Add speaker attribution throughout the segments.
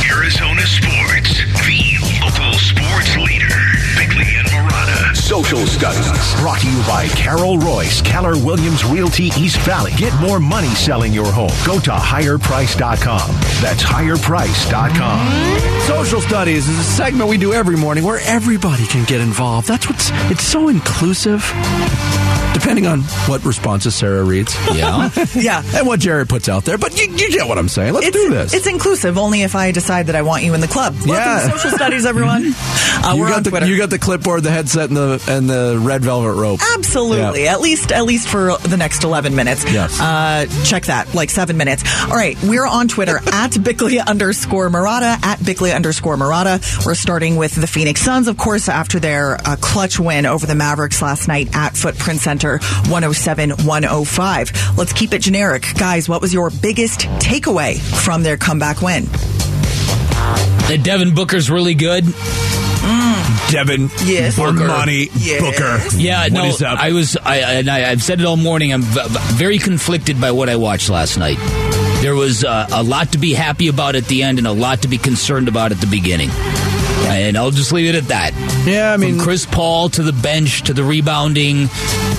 Speaker 1: Florida sports, the local sports leader, Bickley and Murata.
Speaker 2: Social Studies, brought to you by Carol Royce, Keller Williams Realty East Valley. Get more money selling your home. Go to higherprice.com. That's higherprice.com.
Speaker 3: Social Studies is a segment we do every morning where everybody can get involved. That's what's it's so inclusive. Depending on what responses Sarah reads. Yeah. yeah. And what Jared puts out there. But you, you get what I'm saying. Let's
Speaker 4: It's,
Speaker 3: do this.
Speaker 4: it's inclusive only if I decide that I want you in the club. Welcome
Speaker 3: Yeah.
Speaker 4: to social studies, everyone. Uh,
Speaker 3: you
Speaker 4: we're
Speaker 3: got
Speaker 4: on
Speaker 3: the
Speaker 4: Twitter.
Speaker 3: you got the clipboard, the headset, and the and the red velvet rope.
Speaker 4: Absolutely.
Speaker 3: Yeah.
Speaker 4: At least at least for the next 11 minutes.
Speaker 3: Yes.
Speaker 4: Uh, check that, like seven minutes. All right. We're on Twitter at Bickley underscore Murata, at Bickley underscore Murata. We're starting with the Phoenix Suns, of course, after their uh, clutch win over the Mavericks last night at Footprint Center 107 105. Let's keep it generic. Guys, what was your biggest takeaway from their comeback win?
Speaker 5: That Devin Booker's really good.
Speaker 3: Devin,
Speaker 4: Ah. Yes. Booker.
Speaker 3: money,
Speaker 4: Yes.
Speaker 3: Booker.
Speaker 5: Yeah,
Speaker 3: What
Speaker 5: no,
Speaker 3: is up?
Speaker 5: I was, I, and I, I've said it all morning. I'm v- v- very conflicted by what I watched last night. There was uh, a lot to be happy about at the end, and a lot to be concerned about at the beginning. And I'll just leave it at that.
Speaker 3: yeah, I mean,
Speaker 5: From Chris Paul to the bench to the rebounding,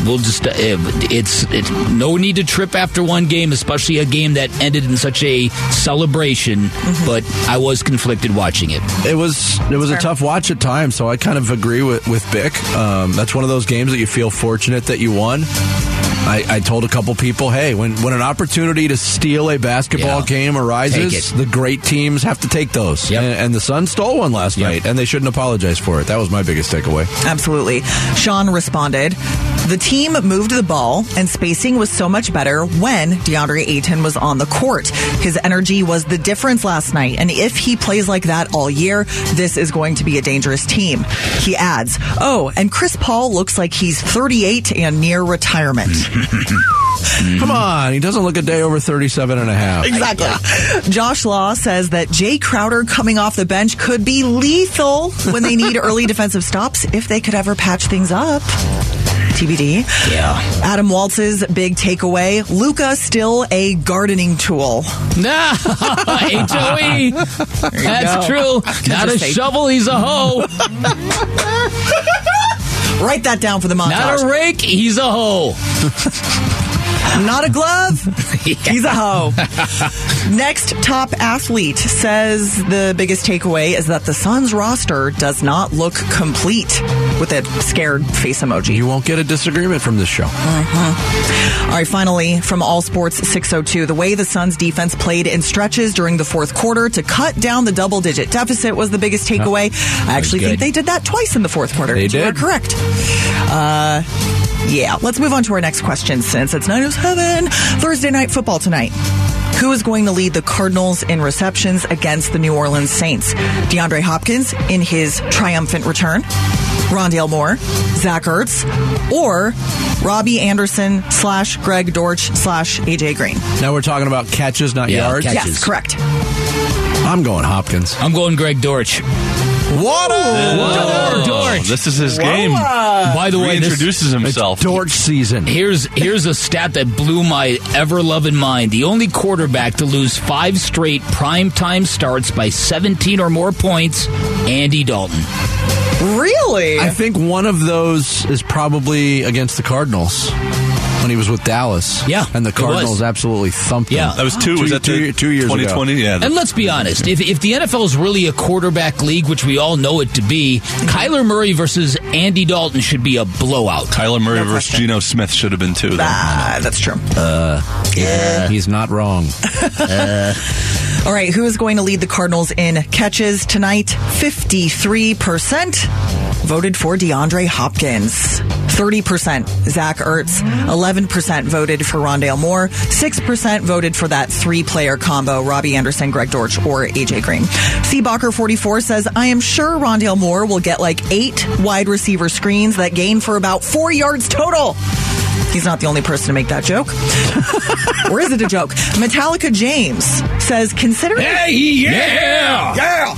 Speaker 5: we'll just uh, it's it, no need to trip after one game, especially a game that ended in such a celebration.
Speaker 3: Mm-hmm.
Speaker 5: But I was conflicted watching it.
Speaker 3: it was it was a tough watch at times. So I kind of agree with with Bick. Um, that's one of those games that you feel fortunate that you won. I, I told a couple people, hey, when when an opportunity to steal a basketball
Speaker 5: Yeah.
Speaker 3: game arises,
Speaker 5: Take it.
Speaker 3: the great teams have to take those.
Speaker 5: Yep.
Speaker 3: And, and the Suns stole one last
Speaker 5: Yep.
Speaker 3: night, and they shouldn't apologize for it. That was my biggest takeaway.
Speaker 4: Absolutely. Sean responded, the team moved the ball and spacing was so much better when DeAndre Ayton was on the court. His energy was the difference last night. And if he plays like that all year, this is going to be a dangerous team. He adds, oh, and Chris Paul looks like he's 38 and near retirement.
Speaker 5: Mm-hmm.
Speaker 3: Come on, he doesn't look a day over 37 and a half.
Speaker 4: Exactly. Josh Law says that Jay Crowder coming off the bench could be lethal when they need early defensive stops if they could ever patch things up. TBD.
Speaker 5: Yeah.
Speaker 4: Adam Waltz's big takeaway Luca still a gardening tool.
Speaker 5: No, HOE. That's
Speaker 4: go.
Speaker 5: true. Not a
Speaker 4: Interesting.
Speaker 5: shovel, he's a hoe.
Speaker 4: Write that down for the montage.
Speaker 5: Not a rake, he's a hoe.
Speaker 4: Not a glove. He's a hoe. Next top athlete says the biggest takeaway is that the Suns roster does not look complete with a scared face emoji.
Speaker 3: You won't get a disagreement from this show.
Speaker 4: All right, finally, from All Sports 602, the way the Suns defense played in stretches during the fourth quarter to cut down the double digit deficit was the biggest takeaway. I actually
Speaker 5: good.
Speaker 4: think they did that twice in the fourth quarter.
Speaker 3: They
Speaker 4: You are
Speaker 3: did.
Speaker 4: correct. Uh, yeah, let's move on to our next question since it's 907 Thursday night football tonight. Who is going to lead the Cardinals in receptions against the New Orleans Saints? DeAndre Hopkins in his triumphant return, Rondale Moore, Zach Ertz, or Robbie Anderson slash Greg Dortch slash AJ Green?
Speaker 3: Now we're talking about catches, not
Speaker 5: Yeah,
Speaker 3: yards.
Speaker 5: catch-
Speaker 4: Yes,
Speaker 5: Catches.
Speaker 4: correct.
Speaker 3: I'm going Hopkins.
Speaker 5: I'm going Greg Dortch.
Speaker 3: What
Speaker 5: Oh, Dortch.
Speaker 6: This is his game.
Speaker 5: By the way, this,
Speaker 6: Reintroduces himself.
Speaker 3: Dorch season.
Speaker 5: Here's here's a stat that blew my ever loving mind. The only quarterback to lose five straight primetime starts by 17 or more points, Andy Dalton.
Speaker 4: Really?
Speaker 3: I think one of those is probably against the Cardinals when he was with Dallas.
Speaker 5: Yeah,
Speaker 3: and the
Speaker 5: it was.
Speaker 3: Cardinals absolutely thumped
Speaker 5: Yeah.
Speaker 3: him.
Speaker 6: That was two. was that
Speaker 3: two,
Speaker 6: the
Speaker 3: two years ago.
Speaker 6: 2020? Yeah.
Speaker 5: And let's be honest, if, if the NFL is really a quarterback league, which we all know it to be, Kyler Murray versus Andy Dalton should be a blowout.
Speaker 6: Kyler Murray versus Geno Smith should have been two. Then.
Speaker 4: Ah, that's true.
Speaker 3: He's not wrong.
Speaker 4: All right, who is going to lead the Cardinals in catches tonight? 53% voted for DeAndre Hopkins. 30% Zach Ertz. 11% voted for Rondale Moore. 6% voted for that three player combo, Robbie Anderson, Greg Dortch, or AJ Green. Seabacher44 says, I am sure Rondale Moore will get like eight wide receiver screens that gain for about four yards total. He's not the only person to make that joke. or is it a joke? Metallica James says, considering
Speaker 5: yeah!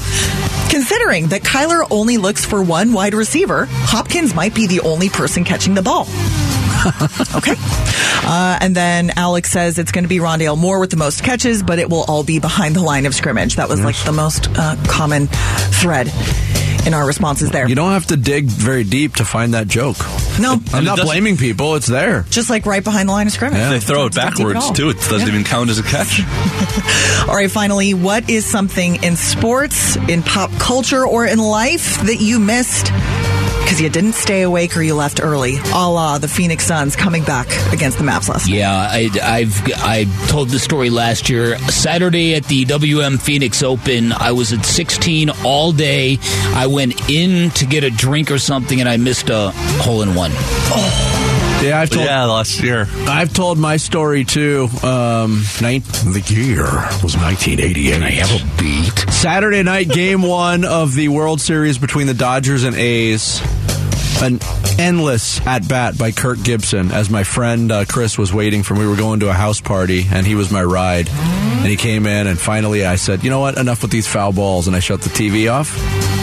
Speaker 4: considering that Kyler only looks for one wide receiver, Hopkins might be the only person catching the ball. okay. Uh, and then Alex says it's going to be Rondale Moore with the most catches, but it will all be behind the line of scrimmage. That was like the most uh, common thread in our responses there.
Speaker 3: You don't have to dig very deep to find that joke.
Speaker 4: no,
Speaker 3: I'm
Speaker 6: it
Speaker 3: not
Speaker 6: doesn't-
Speaker 3: blaming people. It's there.
Speaker 4: just like right behind the line of scrimmage.
Speaker 6: They throw it
Speaker 4: It's not deep at
Speaker 6: backwards
Speaker 4: all.
Speaker 6: too. It doesn't
Speaker 4: Yeah.
Speaker 6: even count as a catch.
Speaker 4: All right, finally, what is something in sports, in pop culture, or in life that you missed because you didn't stay awake or you left early? A la the Phoenix Suns coming back against the Maps last night.
Speaker 5: Yeah, I, I've I told the story last year. Saturday at the WM Phoenix Open, I was at 16 all day. I went in to get a drink or something, and I missed a hole in one.
Speaker 3: Yeah, I've told
Speaker 6: last year.
Speaker 3: I've told my story too. Um, nine, the year was 1988. I have a beat. Saturday night game one of the World Series between the Dodgers and A's. An endless at bat by Kurt Gibson as my friend uh, Chris was waiting for me. We were going to a house party and he was my ride. And he came in and finally I said, you know what, enough with these foul balls. And I shut the TV off.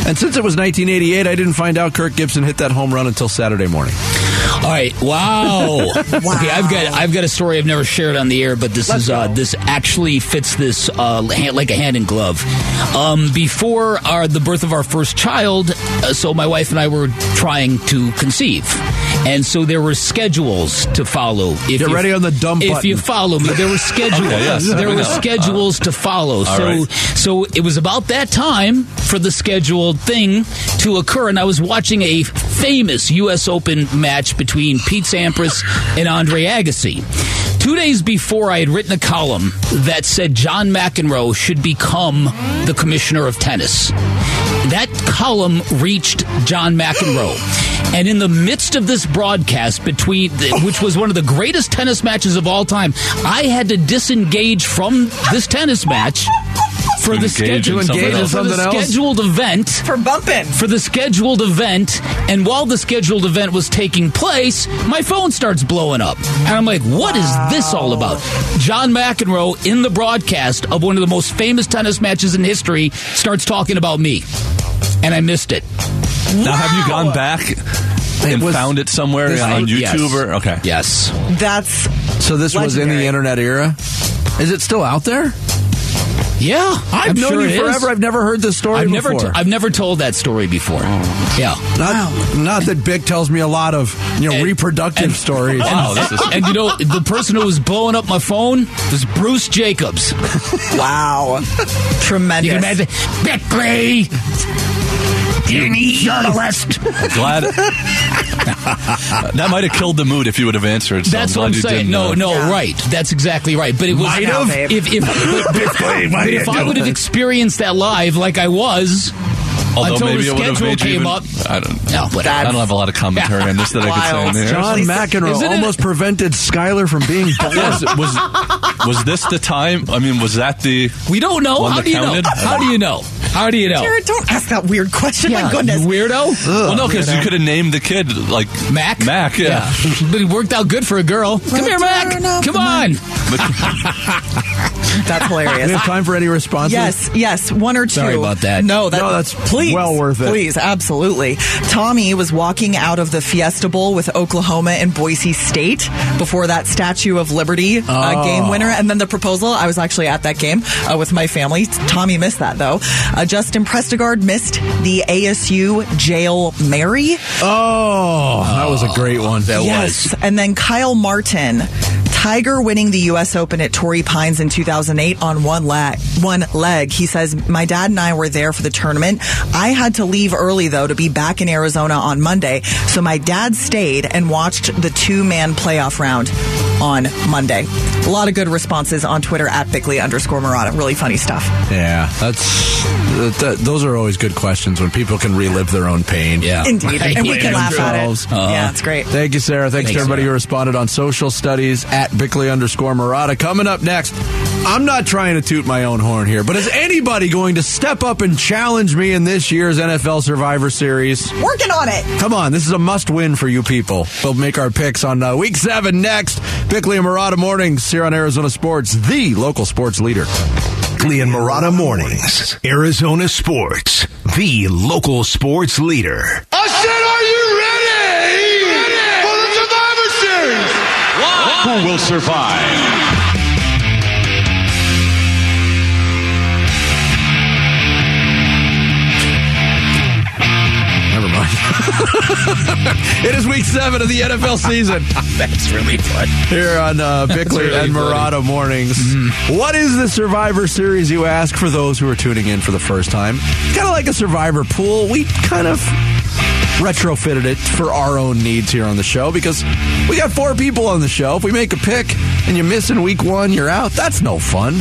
Speaker 3: And since it was 1988, I didn't find out Kurt Gibson hit that home run until Saturday morning.
Speaker 5: All right, wow. Okay, I've got I've got a story I've never shared on the air, but this is uh, this actually fits this uh, hand, like a hand in glove. Um, before our, the birth of our first child, uh, so my wife and I were trying to conceive, and so there were schedules to follow. If
Speaker 3: Get ready on the dumb
Speaker 5: If
Speaker 3: button.
Speaker 5: you follow me, there were schedules.
Speaker 6: yes,
Speaker 5: there
Speaker 6: we
Speaker 5: were
Speaker 6: know.
Speaker 5: schedules to follow.
Speaker 6: All
Speaker 5: So
Speaker 6: right.
Speaker 5: so it was about that time for the scheduled thing to occur, and I was watching a famous U.S. Open match between Pete Sampras and Andre Agassi. Two days before, I had written a column that said John McEnroe should become the commissioner of tennis. That column reached John McEnroe. And in the midst of this broadcast, between the, which was one of the greatest tennis matches of all time, I had to disengage from this tennis match for the
Speaker 6: Engage in
Speaker 5: scheduled
Speaker 6: something
Speaker 5: engage in
Speaker 6: else.
Speaker 5: something
Speaker 3: Something else?
Speaker 5: scheduled event
Speaker 4: For bumping.
Speaker 5: for the scheduled event and while the scheduled event was taking place my phone starts blowing up and i'm like what is this all about john mcenroe in the broadcast of one of the most famous tennis matches in history starts talking about me and i missed it
Speaker 6: Now have you gone back and
Speaker 3: was-
Speaker 6: found it somewhere
Speaker 3: This
Speaker 6: on
Speaker 5: was-
Speaker 6: YouTube
Speaker 5: yes.
Speaker 6: or okay?
Speaker 5: yes
Speaker 4: That's
Speaker 3: So this was in the
Speaker 4: Legendary.
Speaker 3: internet era. Is it still out there?
Speaker 5: yeah
Speaker 3: I've
Speaker 5: I'm
Speaker 3: known
Speaker 5: sure
Speaker 3: you
Speaker 5: it is.
Speaker 3: forever. I've never heard this story
Speaker 5: I've never,
Speaker 3: before.
Speaker 5: t- I've never told that story before. Yeah,
Speaker 3: not, not that Bick tells me a lot of you know
Speaker 5: And-
Speaker 3: reproductive
Speaker 5: and-
Speaker 3: stories.
Speaker 6: Wow, this is
Speaker 5: and you know the person who was blowing up my phone was Bruce Jacobs.
Speaker 4: wow.
Speaker 5: You
Speaker 4: Tremendous.
Speaker 5: can imagine, Bickley, you journalist.
Speaker 6: glad. that might have killed the mood if you would have answered. So
Speaker 5: That's
Speaker 6: glad
Speaker 5: what I'm
Speaker 6: you
Speaker 5: saying.
Speaker 6: didn't,
Speaker 5: No,
Speaker 6: uh,
Speaker 5: no,
Speaker 4: Yeah.
Speaker 5: right. That's exactly right. But it was
Speaker 4: Might have, babe.
Speaker 5: if if, but if I would have experienced that live like I was
Speaker 6: Although
Speaker 5: until
Speaker 6: maybe
Speaker 5: the
Speaker 6: it would have
Speaker 5: schedule
Speaker 6: made you
Speaker 5: came
Speaker 6: even-
Speaker 5: up.
Speaker 6: I don't.
Speaker 5: No, whatever.
Speaker 6: I don't have a lot of commentary on this that I could
Speaker 4: Wild.
Speaker 6: say. In there.
Speaker 3: John McEnroe
Speaker 5: Isn't it-
Speaker 3: almost prevented Skyler from being born.
Speaker 6: Yes, it was was this the time? I mean, was that the?
Speaker 5: We don't know.
Speaker 6: One
Speaker 5: How
Speaker 6: that
Speaker 5: do you know?
Speaker 6: counted?
Speaker 5: How do you know? How do you know?
Speaker 4: Jared, don't ask that weird question.
Speaker 5: Yeah,
Speaker 4: My goodness.
Speaker 5: you weirdo.
Speaker 6: well, no, because you could have named the kid like
Speaker 5: Mac?
Speaker 6: Mac, yeah.
Speaker 5: but it worked out good for a girl. Come
Speaker 4: Return
Speaker 5: here, Mac.
Speaker 4: of
Speaker 5: Come
Speaker 4: the
Speaker 5: on.
Speaker 4: That's
Speaker 3: Do we
Speaker 4: hilarious.
Speaker 3: have time for any responses?
Speaker 4: Yes, yes, one or two.
Speaker 5: Sorry about that.
Speaker 4: No, that,
Speaker 3: No, that's
Speaker 4: please,
Speaker 3: well worth it.
Speaker 4: Please, absolutely. Tommy was walking out of the Fiesta Bowl with Oklahoma and Boise State before that Statue of Liberty
Speaker 3: Oh.
Speaker 4: uh, game winner, and then the proposal. I was actually at that game uh, with my family. Tommy missed that though. Uh, Justin Prestigard missed the ASU jail Mary.
Speaker 3: Oh, that was a great one. That
Speaker 4: Yes. And then Kyle Martin, Tiger winning the U.S. Open at Torrey Pines in 2008 on one leg. One leg. He says, "My dad and I were there for the tournament. I had to leave early though to be back in Arizona on Monday, so my dad stayed and watched the two-man playoff round on Monday." A lot of good responses on Twitter at Bickley underscore Murata. Really funny stuff.
Speaker 3: Yeah, that's that, that, those are always good questions when people can relive their own pain.
Speaker 5: Yeah.
Speaker 4: Indeed,
Speaker 5: Right.
Speaker 4: and we can laugh at
Speaker 3: Themselves.
Speaker 4: it. yeah, it's great.
Speaker 3: Thank you, Sarah. Thanks,
Speaker 5: Thanks,
Speaker 3: to everybody
Speaker 5: Sarah.
Speaker 3: who responded on social studies at Bickley underscore Murata. Coming up next, I'm not trying to toot my own horn here, but is anybody going to step up and challenge me in this year's NFL Survivor Series?
Speaker 4: Working on it.
Speaker 3: Come on, this is a must win for you people. We'll make our picks on uh, week seven next. Bickley and Murata mornings here on Arizona Sports, the local sports leader.
Speaker 2: Bickley and Murata mornings. Arizona Sports, the local sports leader.
Speaker 7: I said, are you ready, for the Survivor Series? Who will survive?
Speaker 3: Never mind. it is week seven of the NFL season.
Speaker 5: That's really fun.
Speaker 3: Here on uh, Bickler
Speaker 5: really
Speaker 3: and
Speaker 5: funny. Mm-hmm.
Speaker 3: Murata mornings. What is the Survivor Series, you ask, for those who are tuning in for the first time? Kind of like a Survivor pool. We kind of retrofitted it for our own needs here on the show because we got four people on the show. If we make a pick and you miss in week one, you're out. That's no fun.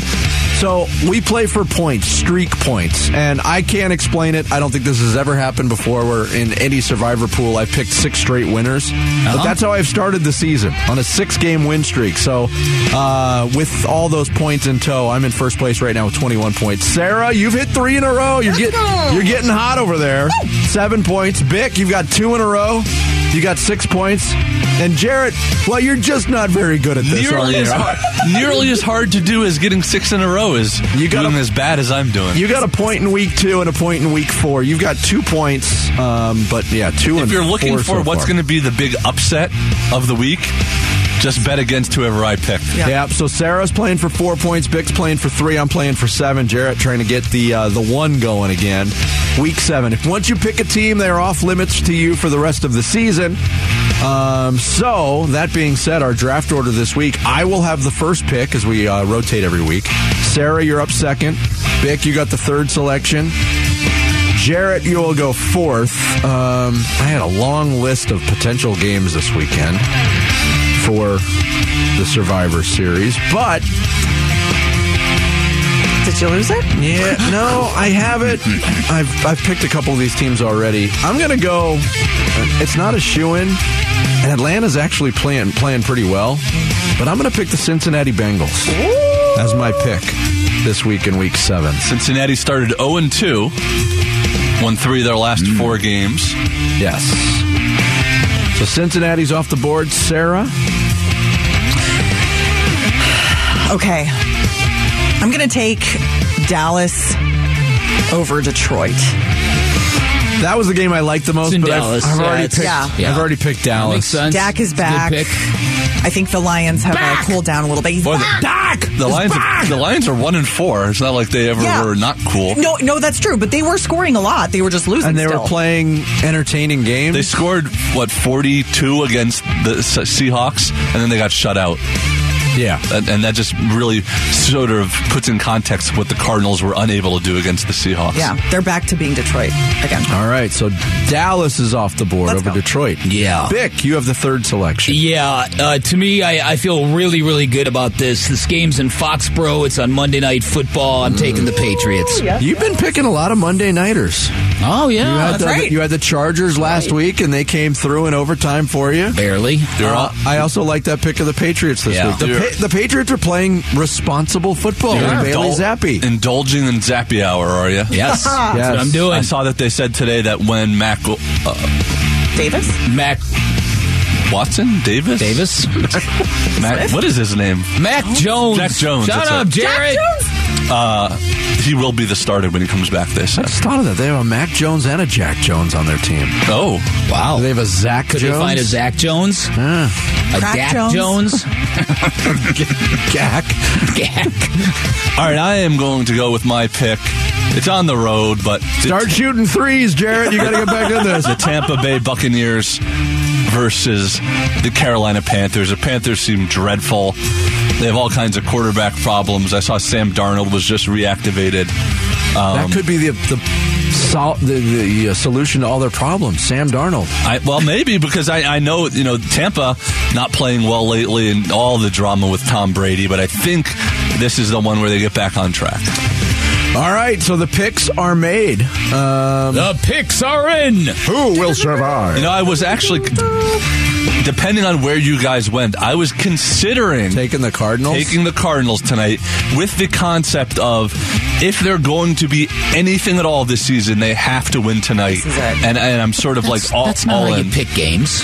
Speaker 3: So we play for points, streak points, and I can't explain it. I don't think this has ever happened before. Where in any Survivor pool, I picked six straight winners, but that's how I've started the season on a six-game win streak. So uh, with all those points in tow, I'm in first place right now with 21 points. Sarah, you've hit three in a row. You're getting you're getting hot over there. Seven points. Bick, you've got two in a row. You got six points. And Jarrett, well, you're just not very good at this. are
Speaker 6: Nearly
Speaker 3: you?
Speaker 6: as, hard, nearly as hard to do as getting six in a row is
Speaker 3: You
Speaker 6: you
Speaker 3: gotta-
Speaker 6: doing as bad as I'm doing.
Speaker 3: You got a point in week two and a point in week four. You've got two points, um, but yeah, two.
Speaker 6: if
Speaker 3: and
Speaker 6: you're looking for what's going
Speaker 3: to,
Speaker 6: to be the big upset of the week, just bet against whoever I pick.
Speaker 4: Yeah.
Speaker 3: yeah. So Sarah's playing for four points. Bick's playing for three. I'm playing for seven. Jarrett trying to get the uh, the one going again. Week seven. If once you pick a team, they are off limits to you for the rest of the season. Um, so that being said, our draft order this week, I will have the first pick as we uh, rotate every week. Sarah, you're up second. Bick, you got the third selection. Jarrett, you will go fourth. Um, I had a long list of potential games this weekend for the Survivor Series, but
Speaker 4: Did you lose it?
Speaker 3: yeah, no, I haven't. I've I've picked a couple of these teams already. I'm gonna go. uh, It's not a shoe in, and Atlanta's actually playing playing pretty well, but I'm gonna pick the Cincinnati Bengals as my pick this week in Week Seven.
Speaker 6: Cincinnati started 0 and 2, won three of their last
Speaker 3: Mm.
Speaker 6: four games.
Speaker 3: Yes. So Cincinnati's off the board. Sarah,
Speaker 4: Okay. I'm going to take Dallas over Detroit.
Speaker 3: That was the game I liked the most.
Speaker 5: It's in
Speaker 3: but I've-
Speaker 5: Dallas.
Speaker 3: I've,
Speaker 5: Yeah,
Speaker 3: already
Speaker 5: it's-
Speaker 3: picked.
Speaker 4: yeah.
Speaker 5: Yeah.
Speaker 3: I've already picked Dallas.
Speaker 5: Makes sense.
Speaker 4: Dak is
Speaker 5: It's a good
Speaker 4: back.
Speaker 5: pick.
Speaker 4: I think the Lions have uh, cooled down a little bit. He's
Speaker 6: Boy, the,
Speaker 4: back.
Speaker 6: the Lions, are, the Lions are one and four. It's not like they ever
Speaker 4: Yeah.
Speaker 6: were not cool.
Speaker 4: No, no, that's true. But they were scoring a lot. They were just losing.
Speaker 3: And they
Speaker 4: still.
Speaker 3: were playing entertaining games.
Speaker 6: They scored what forty two against the S- Seahawks, and then they got shut out.
Speaker 3: yeah.
Speaker 6: And, and that just really sort of puts in context what the Cardinals were unable to do against the Seahawks.
Speaker 4: Yeah, they're back to being Detroit again.
Speaker 3: All right. So Dallas is off the board
Speaker 4: Let's
Speaker 3: over
Speaker 4: go.
Speaker 3: Detroit.
Speaker 5: Yeah.
Speaker 3: Bick, you have the third selection.
Speaker 5: Yeah, uh, to me, I, I feel really, really good about this. This game's in Foxborough. It's on Monday Night Football. I'm taking the
Speaker 4: Oh,
Speaker 5: Patriots.
Speaker 3: You've been picking a lot of Monday nighters.
Speaker 5: Oh,
Speaker 3: you
Speaker 5: yeah.
Speaker 3: had the,
Speaker 4: right.
Speaker 3: You had the Chargers last week, and they came through in overtime for you.
Speaker 5: Barely.
Speaker 3: Uh, I also like that pick of the Patriots this
Speaker 5: Yeah.
Speaker 3: week. The,
Speaker 6: They're-
Speaker 3: pa- the Patriots are playing responsible football.
Speaker 5: They
Speaker 3: with
Speaker 5: are.
Speaker 3: Bailey
Speaker 6: Indul-
Speaker 3: Zappi.
Speaker 6: Indulging in Zappy hour, are you?
Speaker 5: Yes. That's what
Speaker 3: Yes.
Speaker 5: I'm doing.
Speaker 6: I saw that they said today that when Mac uh,
Speaker 4: Davis,
Speaker 5: Mac
Speaker 6: Watson Davis
Speaker 5: Davis.
Speaker 6: Mac, what is his name?
Speaker 5: Mac Jones.
Speaker 6: Jack Jones,
Speaker 5: Shut
Speaker 6: that's
Speaker 5: up,
Speaker 6: it.
Speaker 5: Jared.
Speaker 6: Uh, he will be the starter when he comes back. They
Speaker 3: I
Speaker 6: said.
Speaker 3: just thought of that. They have a Mac Jones and a Jack Jones on their team.
Speaker 6: Oh,
Speaker 5: Wow.
Speaker 3: They have a Zach
Speaker 5: Could
Speaker 3: Jones.
Speaker 5: they find a Zach Jones? A
Speaker 4: Crack
Speaker 5: Dak
Speaker 4: Jones?
Speaker 5: Jones?
Speaker 3: Jack.
Speaker 5: Dak.
Speaker 6: all right. I am going to go with my pick. It's on the road, but
Speaker 3: Start shooting threes, Jared. You got to get back in this.
Speaker 6: the Tampa Bay Buccaneers versus the Carolina Panthers. The Panthers seem dreadful. They have all kinds of quarterback problems. I saw Sam Darnold was just reactivated. Um,
Speaker 3: that could be the the, sol- the, the uh, solution to all their problems. Sam Darnold.
Speaker 6: I, well, maybe because I, I know you know Tampa not playing well lately and all the drama with Tom Brady, but I think this is the one where they get back on track.
Speaker 3: All right, so the picks are made. Um,
Speaker 5: the picks are in.
Speaker 2: Who will
Speaker 6: You
Speaker 2: survive?
Speaker 6: know, I was actually depending on where you guys went, I was considering
Speaker 3: taking the Cardinals.
Speaker 6: taking the Cardinals tonight with the concept of if they're going to be anything at all this season, they have to win
Speaker 4: is
Speaker 6: tonight.
Speaker 4: it.
Speaker 6: And and I'm sort of like all,
Speaker 5: That's not
Speaker 6: all
Speaker 5: how
Speaker 6: in.
Speaker 5: you pick games.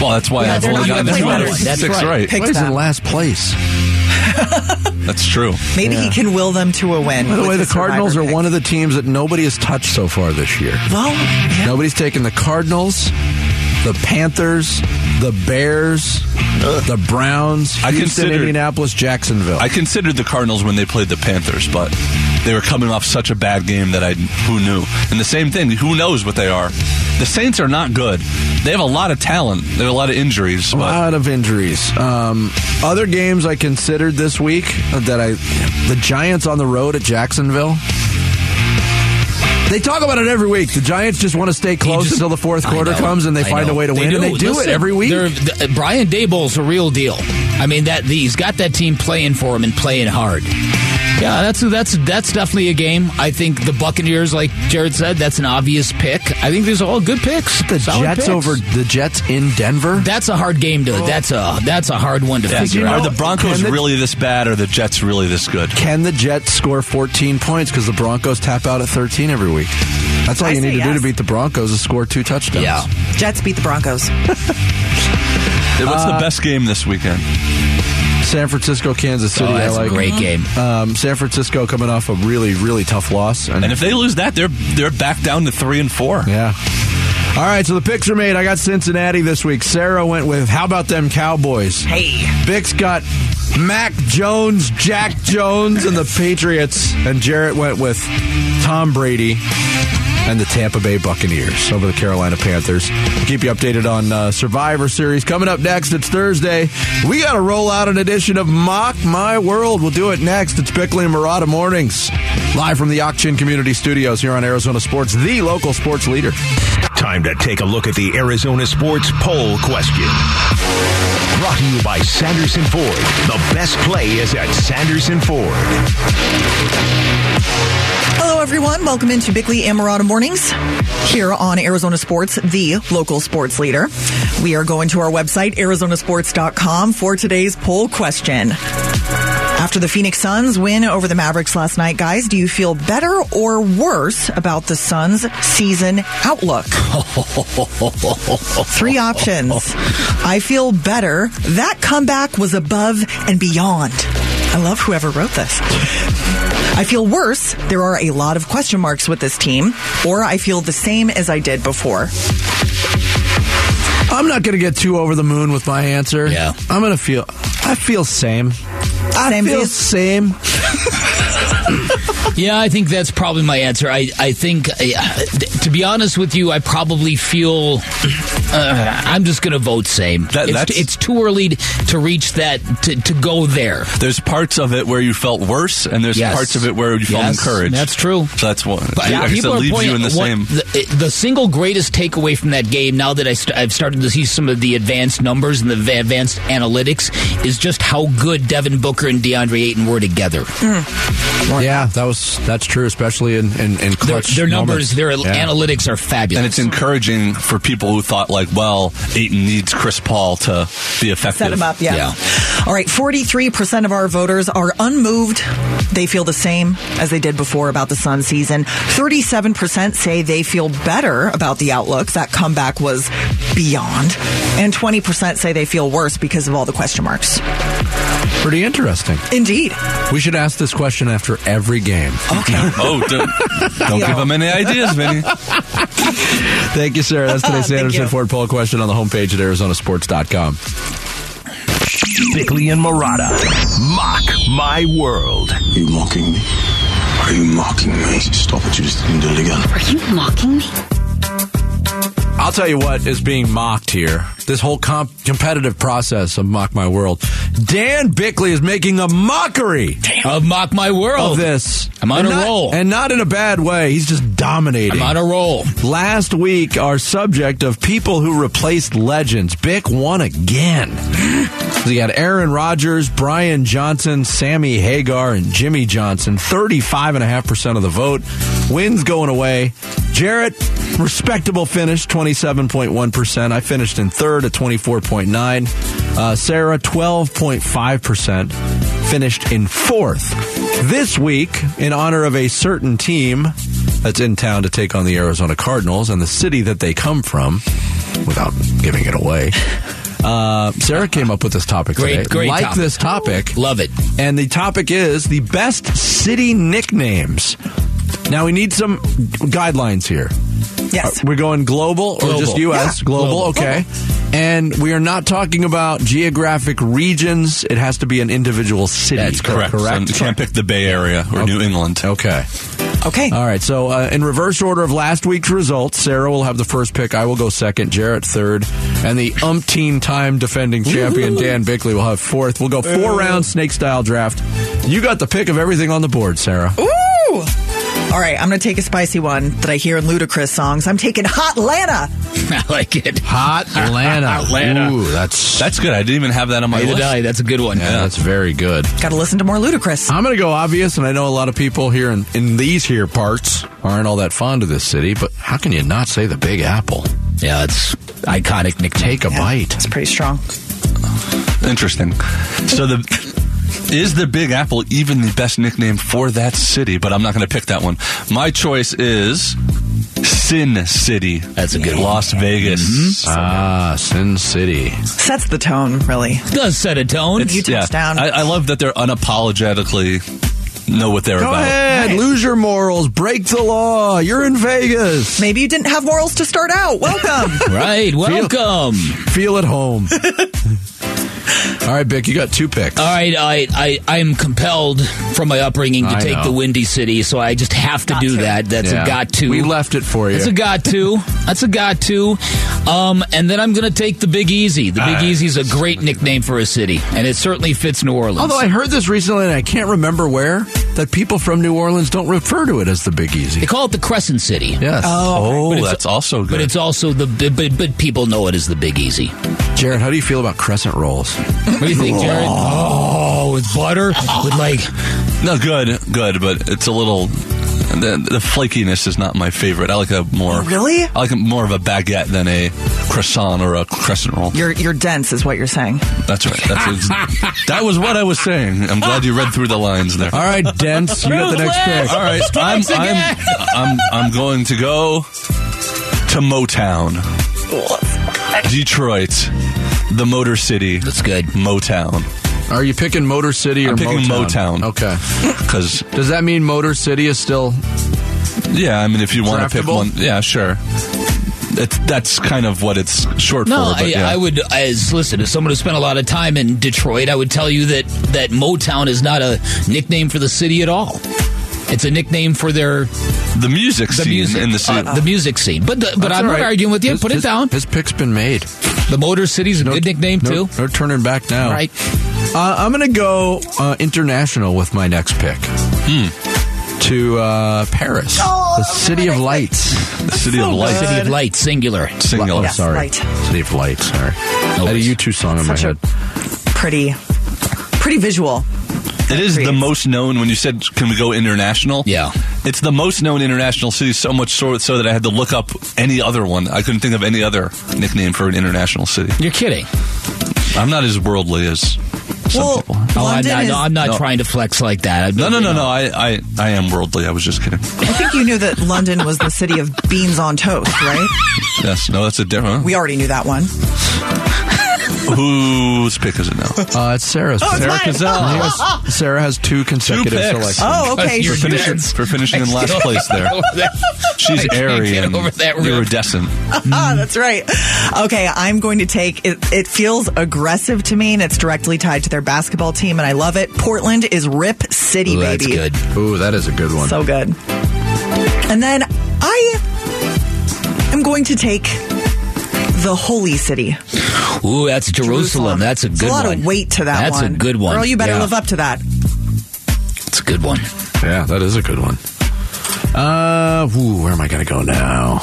Speaker 6: Well, that's why I've
Speaker 4: they're
Speaker 6: only
Speaker 4: not
Speaker 6: gotten
Speaker 4: gonna
Speaker 6: two
Speaker 4: play
Speaker 6: out of
Speaker 4: winners.
Speaker 5: That's
Speaker 6: six
Speaker 5: right.
Speaker 6: right.
Speaker 4: Pick
Speaker 3: Why is
Speaker 4: them.
Speaker 3: in last place?
Speaker 6: That's true.
Speaker 4: maybe he can will them to a win.
Speaker 3: By the
Speaker 4: with
Speaker 3: way, the
Speaker 4: his survivor
Speaker 3: Cardinals are
Speaker 4: pick.
Speaker 3: one of the teams that nobody has touched so far this year.
Speaker 4: Well, yeah.
Speaker 3: Nobody's taken the Cardinals, the Panthers, the Bears, the Browns,
Speaker 6: I
Speaker 3: Houston,
Speaker 6: considered-
Speaker 3: Indianapolis, Jacksonville.
Speaker 6: I considered the Cardinals when they played the Panthers, but they were coming off such a bad game that I who knew. And the same thing, who knows what they are? The Saints are not good. They have a lot of talent. They have a lot of injuries.
Speaker 3: a
Speaker 6: But
Speaker 3: lot of injuries. Um, other games I considered this week that I, the Giants on the road at Jacksonville. They talk about it every week. The Giants just want to stay close
Speaker 5: just-
Speaker 3: until the fourth
Speaker 5: I
Speaker 3: quarter
Speaker 5: know,
Speaker 3: comes, and they
Speaker 5: I
Speaker 3: find
Speaker 5: know.
Speaker 3: a way to win, and they do
Speaker 5: Listen,
Speaker 3: it every week.
Speaker 5: they're- th- Brian Dayball's a real deal. I mean that he's got that team playing for him and playing hard. Yeah, that's that's that's definitely a game. I think the Buccaneers, like Jared said, that's an obvious pick. I think there's all good picks.
Speaker 3: The
Speaker 5: solid
Speaker 3: Jets
Speaker 5: picks.
Speaker 3: over Oh. the Jets in Denver.
Speaker 5: That's a hard game to. That's a that's a hard one to
Speaker 6: Yeah,
Speaker 5: figure
Speaker 6: are
Speaker 5: out.
Speaker 6: the Broncos
Speaker 3: can the-
Speaker 6: really this bad? Or the Jets really this good?
Speaker 3: Can the Jets score 14 points? Because the Broncos tap out at 13 every week. That's all
Speaker 4: I
Speaker 3: you need
Speaker 4: say
Speaker 3: to do
Speaker 4: yes.
Speaker 3: to beat the Broncos is score two touchdowns.
Speaker 5: yeah,
Speaker 4: Jets beat the Broncos.
Speaker 6: What's the best game this weekend?
Speaker 3: San Francisco, Kansas City.
Speaker 5: oh,
Speaker 3: I
Speaker 5: that's
Speaker 3: like.
Speaker 5: a great game.
Speaker 3: Um, San Francisco coming off a really, really tough loss.
Speaker 6: And if they lose that, they're they're back down to three and four.
Speaker 3: yeah. All right, so the picks are made. I got Cincinnati this week. Sarah went with how about them Cowboys?
Speaker 4: Hey.
Speaker 3: Bix got Mac Jones, Jack Jones, and the Patriots. And Jarrett went with Tom Brady and the Tampa Bay Buccaneers over the Carolina Panthers. We'll keep you updated on uh, Survivor Series. Coming up next, it's Thursday. We got to roll out an edition of Mock My World. We'll do it next. It's Bickley and Murata Mornings, live from the Auction Community Studios here on Arizona Sports, the local sports leader.
Speaker 2: Time to take a look at the Arizona Sports Poll Question. Brought to you by Sanderson Ford. The best play is at Sanderson Ford.
Speaker 4: Hello, everyone. Welcome into Bickley and Murata Mornings here on Arizona Sports, the local sports leader. We are going to our website, arizonasports.com, for today's poll question. After the Phoenix Suns win over the Mavericks last night, guys, do you feel better or worse about the Suns' season outlook? Three options. I feel better. That comeback was above and beyond. I love whoever wrote this. I feel worse. There are a lot of question marks with this team, or I feel the same as I did before.
Speaker 3: I'm not going to get too over the moon with my answer.
Speaker 5: Yeah.
Speaker 3: I'm going to feel, I feel same. I
Speaker 4: Same
Speaker 3: feel
Speaker 4: as-
Speaker 3: same.
Speaker 5: Yeah, I think that's probably my answer. I, I think, uh, th- to be honest with you, I probably feel uh, I'm just going to vote same.
Speaker 6: That-
Speaker 5: it's,
Speaker 6: that's-
Speaker 5: it's too early to reach that, to, to go there.
Speaker 6: There's parts of it where you felt worse, and there's
Speaker 5: Yes.
Speaker 6: parts of it where you felt
Speaker 5: Yes,
Speaker 6: encouraged.
Speaker 5: that's true.
Speaker 6: So that's one.
Speaker 5: But
Speaker 6: I guess
Speaker 5: people
Speaker 6: it
Speaker 5: are
Speaker 6: leaves
Speaker 5: pointing
Speaker 6: you in the
Speaker 5: what-
Speaker 6: same.
Speaker 5: The, the single greatest takeaway from that game, now that I st- I've started to see some of the advanced numbers and the v- advanced analytics, is just how good Devin Booker and DeAndre Ayton were together.
Speaker 3: Yeah, that was that's true, especially in in, in
Speaker 5: Their,
Speaker 3: clutch
Speaker 5: their
Speaker 3: moments.
Speaker 5: numbers, their
Speaker 3: Yeah.
Speaker 5: analytics are fabulous.
Speaker 6: And it's encouraging for people who thought like, well, Aiton needs Chris Paul to be effective.
Speaker 4: Set them up, yeah.
Speaker 5: Yeah.
Speaker 4: All right, 43% of our voters are unmoved. They feel the same as they did before about the Sun season. 37% say they feel better about the outlook. That comeback was beyond. And 20% say they feel worse because of all the question marks.
Speaker 3: pretty interesting.
Speaker 4: Indeed.
Speaker 3: We should ask this question after every game.
Speaker 4: Okay.
Speaker 6: Oh, don't, don't give them any ideas, Vinny.
Speaker 3: Thank you, Sarah. That's today's
Speaker 4: Thank
Speaker 3: Anderson
Speaker 4: you.
Speaker 3: Ford poll question on the homepage at arizonasports.com.
Speaker 2: Bickley and Murata. Mock my world.
Speaker 7: Are you mocking me? Are you mocking me? Stop it, you just didn't do it again.
Speaker 8: Are you mocking me?
Speaker 3: I'll tell you what is being mocked here. This whole comp- competitive process of mock my world. Dan Bickley is making a mockery
Speaker 5: of Mock My World.
Speaker 3: of this.
Speaker 5: I'm on
Speaker 3: and
Speaker 5: a
Speaker 3: not,
Speaker 5: roll.
Speaker 3: and not in a bad way. He's just dominating.
Speaker 5: I'm on a roll.
Speaker 3: Last week, our subject of people who replaced legends. Bick won again. We got Aaron Rodgers, Brian Johnson, Sammy Hagar, and Jimmy Johnson. 35.5% of the vote. Wins going away. Jarrett, respectable finish, 27.1%. I finished in third at 24.9. Uh, Sarah, 12.5%. Finished in fourth. This week, in honor of a certain team that's in town to take on the Arizona Cardinals and the city that they come from, without giving it away. Uh, Sarah came up with this topic
Speaker 5: Great-
Speaker 3: today.
Speaker 5: great
Speaker 3: like
Speaker 5: topic.
Speaker 3: this topic,
Speaker 5: Love it.
Speaker 3: and the topic is the best city nicknames. Now we need some guidelines here.
Speaker 4: Yes.
Speaker 3: We're going global or
Speaker 5: Global.
Speaker 3: just U.S.
Speaker 4: Yeah.
Speaker 3: Global,
Speaker 5: Global.
Speaker 3: okay. And we are not talking about geographic regions. It has to be an individual city.
Speaker 5: That's
Speaker 6: Correct. So you can't pick the Bay Area or New England.
Speaker 3: Okay.
Speaker 4: Okay.
Speaker 3: All right. So, uh, in reverse order of last week's results, Sarah will have the first pick. I will go second. Jarrett third, and the umpteen time defending champion Dan Bickley will have fourth. We'll go four round snake style draft. You got the pick of everything on the board, Sarah.
Speaker 4: Ooh! All right, I'm going to take a spicy one that I hear in ludicrous songs. I'm taking Hot Lana.
Speaker 5: I like it.
Speaker 3: Hot Atlanta.
Speaker 5: Atlanta.
Speaker 3: Ooh, that's
Speaker 6: That's good. I didn't even have that on my
Speaker 5: Neither
Speaker 6: list.
Speaker 5: did I. That's a good one.
Speaker 3: yeah, that's very good.
Speaker 4: Got to listen to more ludicrous.
Speaker 3: I'm going to go obvious, and I know a lot of people here in, in these here parts aren't all that fond of this city, but how can you not say the Big Apple?
Speaker 5: Yeah, it's iconic nickname.
Speaker 3: Take a bite.
Speaker 4: That's pretty strong.
Speaker 6: Interesting. So the is the Big Apple even the best nickname for that city? But I'm not going to pick that one. My choice is Sin City.
Speaker 5: That's a good one.
Speaker 6: Las Vegas.
Speaker 3: Ah, Sin City.
Speaker 4: Sets the tone, really.
Speaker 5: does set a tone.
Speaker 4: You
Speaker 6: Yeah.
Speaker 4: touched down.
Speaker 6: I, I love that they're unapologetically know what they're
Speaker 3: Go
Speaker 6: about.
Speaker 3: ahead,
Speaker 4: Nice.
Speaker 3: lose your morals, break the law. You're in Vegas.
Speaker 4: Maybe you didn't have morals to start out. Welcome.
Speaker 5: right. Welcome.
Speaker 3: Feel at home. All right, Bick, you got two picks.
Speaker 5: All right, I, I I'm compelled from my upbringing to
Speaker 3: I
Speaker 5: take
Speaker 3: know.
Speaker 5: the Windy City, so I just have to do that. That's
Speaker 3: Yeah.
Speaker 5: a got to.
Speaker 3: We left it for you.
Speaker 5: That's a got to. That's a got to. Um, and then I'm going to take the Big Easy. The Big Easy is a great nickname for a city, and it certainly fits New Orleans.
Speaker 3: Although I heard this recently, and I can't remember where, that people from New Orleans don't refer to it as the Big Easy.
Speaker 5: they call it the Crescent City.
Speaker 3: Yes.
Speaker 6: Oh,
Speaker 5: But it's-
Speaker 6: that's also good.
Speaker 5: But it's also the but, but, but people know it as the Big Easy.
Speaker 3: Oh, Jared, how do you feel about crescent rolls?
Speaker 5: What do you think, Jared? Oh, with butter, with like
Speaker 6: no, good, good, but it's a little. The, the flakiness is not my favorite. I like a more
Speaker 4: Oh, Really?
Speaker 6: I like a, more of a baguette than a croissant or a crescent roll.
Speaker 4: you're you're dense, is what you're saying.
Speaker 6: That's right. That's ex- that was what I was saying. I'm glad you read through the lines there.
Speaker 3: All right, Dents, you got the next pick.
Speaker 6: All right, I'm, I'm, I'm, I'm going to go to Motown, Detroit, the Motor City,
Speaker 5: that's good.
Speaker 6: Motown,
Speaker 3: Are you picking Motor City or
Speaker 6: I'm picking Motown.
Speaker 3: Okay.
Speaker 6: because
Speaker 3: Does that mean Motor City is still
Speaker 6: yeah, I mean, if you want to pick
Speaker 3: Draftable?
Speaker 6: one, yeah, sure. It's, that's kind of what it's short
Speaker 5: No,
Speaker 6: for. But
Speaker 5: I,
Speaker 6: yeah.
Speaker 5: I would as listen as someone who spent a lot of time in Detroit. I would tell you that that Motown is not a nickname for the city at all. It's a nickname for their
Speaker 6: the music
Speaker 5: the
Speaker 6: scene
Speaker 5: music
Speaker 6: in the city.
Speaker 5: uh, the music scene. But the, but
Speaker 3: That's
Speaker 5: I'm
Speaker 3: all
Speaker 5: not
Speaker 3: right.
Speaker 5: arguing with you.
Speaker 3: His-
Speaker 5: Put it
Speaker 3: his-
Speaker 5: down.
Speaker 3: His pick's been made.
Speaker 5: The Motor City's a good nickname
Speaker 3: no,
Speaker 5: too.
Speaker 3: No turning back now.
Speaker 5: All right.
Speaker 3: Uh, I'm going to go uh, international with my next pick.
Speaker 6: Hmm.
Speaker 3: To uh, Paris, the city of lights.
Speaker 5: uh,
Speaker 3: Oh,
Speaker 6: the city of light.
Speaker 5: City of Light, singular.
Speaker 6: Singular.
Speaker 4: Yes,
Speaker 3: Sorry,
Speaker 4: light.
Speaker 3: city of lights. Sorry, I had a
Speaker 5: worries.
Speaker 3: U2 song in my
Speaker 4: Such a
Speaker 3: head.
Speaker 4: pretty, pretty visual.
Speaker 6: It is the
Speaker 4: Creates.
Speaker 6: most known. When you said, "Can we go international?"
Speaker 5: Yeah.
Speaker 6: it's the most known international city. So much so, so that I had to look up any other one. I couldn't think of any other nickname for an international city.
Speaker 5: You're kidding. Oh,
Speaker 6: I'm not as worldly as some
Speaker 4: well,
Speaker 6: people.
Speaker 5: Oh, I'm
Speaker 4: London
Speaker 5: not,
Speaker 4: is,
Speaker 5: no, I'm not
Speaker 6: No.
Speaker 5: trying to flex like that.
Speaker 6: No, no, no, no. I, I, I am worldly. I was just kidding.
Speaker 4: I think you knew that London was the city of beans on toast, right?
Speaker 6: Yes, no, that's a different.
Speaker 4: We already knew that one.
Speaker 6: Whose pick is it now?
Speaker 3: Uh, it's Sarah's.
Speaker 4: Oh,
Speaker 3: pick.
Speaker 6: Sarah Cazell. Yes.
Speaker 3: Sarah has two
Speaker 6: Two
Speaker 3: consecutive
Speaker 6: picks.
Speaker 3: selections.
Speaker 4: Oh, okay.
Speaker 6: For
Speaker 4: You're
Speaker 6: finishing, for finishing in last place there. She's
Speaker 5: I can't
Speaker 6: airy
Speaker 5: get
Speaker 6: and
Speaker 5: over that rip.
Speaker 6: iridescent.
Speaker 4: Ah, that's right. Okay, I'm going to take it. It feels aggressive to me, and it's directly tied to their basketball team, and I love it. Portland is Rip City,
Speaker 5: Ooh, that's
Speaker 4: baby.
Speaker 5: good.
Speaker 3: Ooh, that is a good one.
Speaker 4: So good. And then I am going to take the Holy City.
Speaker 5: Ooh, that's Jerusalem. That's a good
Speaker 4: It's a lot
Speaker 5: one.
Speaker 4: of weight to that
Speaker 5: That's
Speaker 4: one.
Speaker 5: a good one.
Speaker 4: Girl, you better
Speaker 5: Yeah.
Speaker 4: live up to that.
Speaker 5: It's a good one.
Speaker 3: yeah, that is a good one. Uh, ooh, where am I going to go now?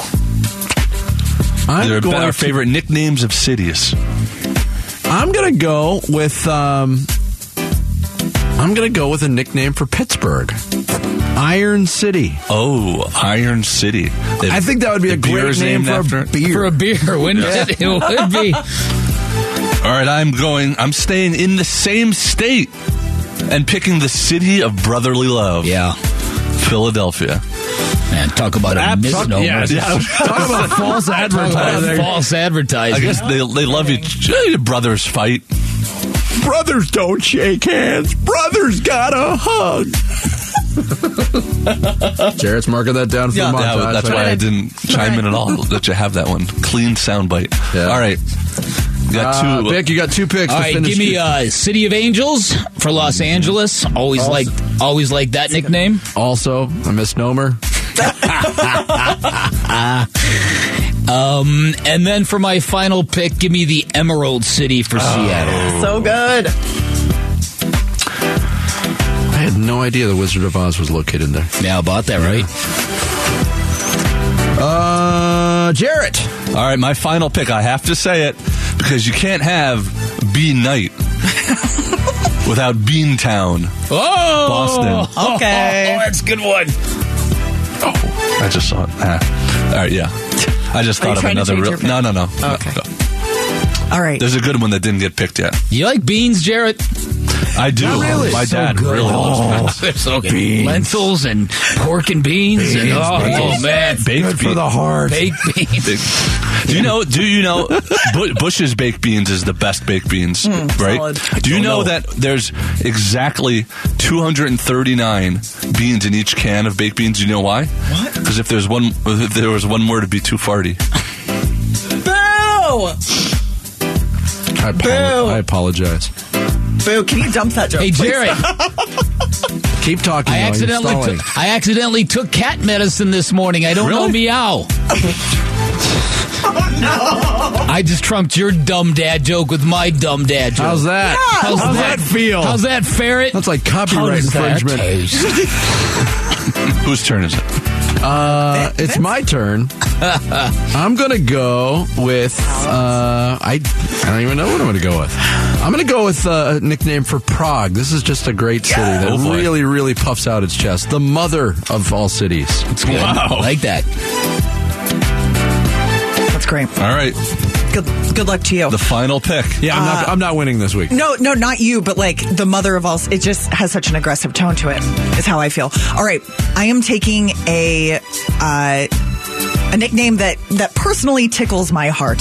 Speaker 3: I'm
Speaker 6: They're
Speaker 3: going
Speaker 6: our
Speaker 3: to-
Speaker 6: favorite nicknames of cities.
Speaker 3: I'm gonna go with um, I'm gonna go with a nickname for Pittsburgh, Iron City.
Speaker 6: Oh, Iron City. The-
Speaker 3: I think that would be
Speaker 6: the
Speaker 3: a
Speaker 6: beer
Speaker 3: great
Speaker 6: is
Speaker 3: name
Speaker 6: named
Speaker 3: for a
Speaker 6: after it.
Speaker 3: beer.
Speaker 5: For a beer, wouldn't it? It would be.
Speaker 6: All right, I'm going. I'm staying in the same state and picking the city of brotherly love.
Speaker 5: Yeah.
Speaker 6: Philadelphia.
Speaker 5: Man, talk about a misnomer.
Speaker 3: Talk about false advertising.
Speaker 5: False
Speaker 6: I
Speaker 5: advertising.
Speaker 6: guess they they love each brothers fight.
Speaker 3: Brothers don't shake hands. Brothers gotta hug. Jarrett's marking that down for
Speaker 4: Yeah.
Speaker 3: the montage.
Speaker 6: Yeah, that's why I
Speaker 3: Right.
Speaker 6: didn't chime in at all. That you have that one clean soundbite.
Speaker 3: Yeah.
Speaker 6: All right, you got
Speaker 3: Uh,
Speaker 6: two.
Speaker 3: Vic, you got two picks.
Speaker 5: All
Speaker 3: to
Speaker 5: right,
Speaker 3: finish
Speaker 5: give me
Speaker 3: your-
Speaker 5: uh, City of Angels for Los Angeles. Always like, always like that nickname.
Speaker 3: also a misnomer.
Speaker 5: Um, and then for my final pick, give me the Emerald City for Seattle.
Speaker 4: So good.
Speaker 3: I had no idea the Wizard of Oz was located there.
Speaker 5: Yeah, about that, right?
Speaker 3: Uh, Jarrett.
Speaker 6: All right, my final pick. I have to say it because you can't have Bean Night without Bean Town,
Speaker 5: Oh,
Speaker 6: Boston.
Speaker 4: Okay.
Speaker 5: that's a good one.
Speaker 6: Oh, I just saw it. Ah. All right, yeah. I just
Speaker 4: Are you
Speaker 6: thought of
Speaker 4: trying to
Speaker 6: another
Speaker 4: change
Speaker 6: real.
Speaker 4: your pick?
Speaker 6: No, no, no.
Speaker 4: Okay. All right.
Speaker 6: There's a good one that didn't get picked yet.
Speaker 5: You like beans, Jarrett?
Speaker 6: I do.
Speaker 5: Oh, really?
Speaker 6: My
Speaker 5: So
Speaker 6: dad
Speaker 5: good. Oh.
Speaker 6: really loves
Speaker 5: They're so good. Lentils and pork and beans, and oh,
Speaker 6: beans.
Speaker 5: man,
Speaker 6: baked beans.
Speaker 3: heart.
Speaker 5: baked beans.
Speaker 6: Big- Do you know? Do you know? Bu- Bush's baked beans is the best baked beans, right?
Speaker 4: solid.
Speaker 6: Do you
Speaker 5: Don't
Speaker 6: know,
Speaker 5: know.
Speaker 6: that there's exactly 239 beans in each can of baked beans? Do you know why? What? Because if there's one, if there was one more, it'd be too farty.
Speaker 4: Boo!
Speaker 3: I, apo-
Speaker 4: Boo.
Speaker 3: I apologize.
Speaker 4: Boo! Can you dump that joke?
Speaker 5: Hey,
Speaker 4: please?
Speaker 5: Jarrett,
Speaker 3: Keep talking.
Speaker 5: I
Speaker 3: though, you're
Speaker 5: accidentally
Speaker 3: stalling.
Speaker 5: took, I accidentally took cat medicine this morning. I don't know meow. I just trumped your dumb dad joke with my dumb dad joke.
Speaker 3: How's that?
Speaker 5: How's,
Speaker 3: How's that feel?
Speaker 5: How's that ferret?
Speaker 3: That's like
Speaker 5: How
Speaker 3: copyright
Speaker 5: does that
Speaker 3: infringement.
Speaker 5: taste?
Speaker 6: Whose turn is it?
Speaker 3: Uh, it's my turn. I'm gonna go with. Uh, I I don't even know what I'm gonna go with. I'm gonna go with uh, a nickname for Prague. This is just a great city that
Speaker 6: Oh, boy.
Speaker 3: really, really puffs out its chest. The mother of all cities.
Speaker 5: It's good. I like that.
Speaker 4: That's great.
Speaker 6: All right,
Speaker 4: Good, good luck to you.
Speaker 6: the final pick.
Speaker 3: Yeah, I'm
Speaker 6: Uh,
Speaker 3: not. I'm not winning this week.
Speaker 4: No, no, not you, but like the mother of all. It just has such an aggressive tone to it. Is how I feel. All right, I am taking a uh, a nickname that that personally tickles my heart.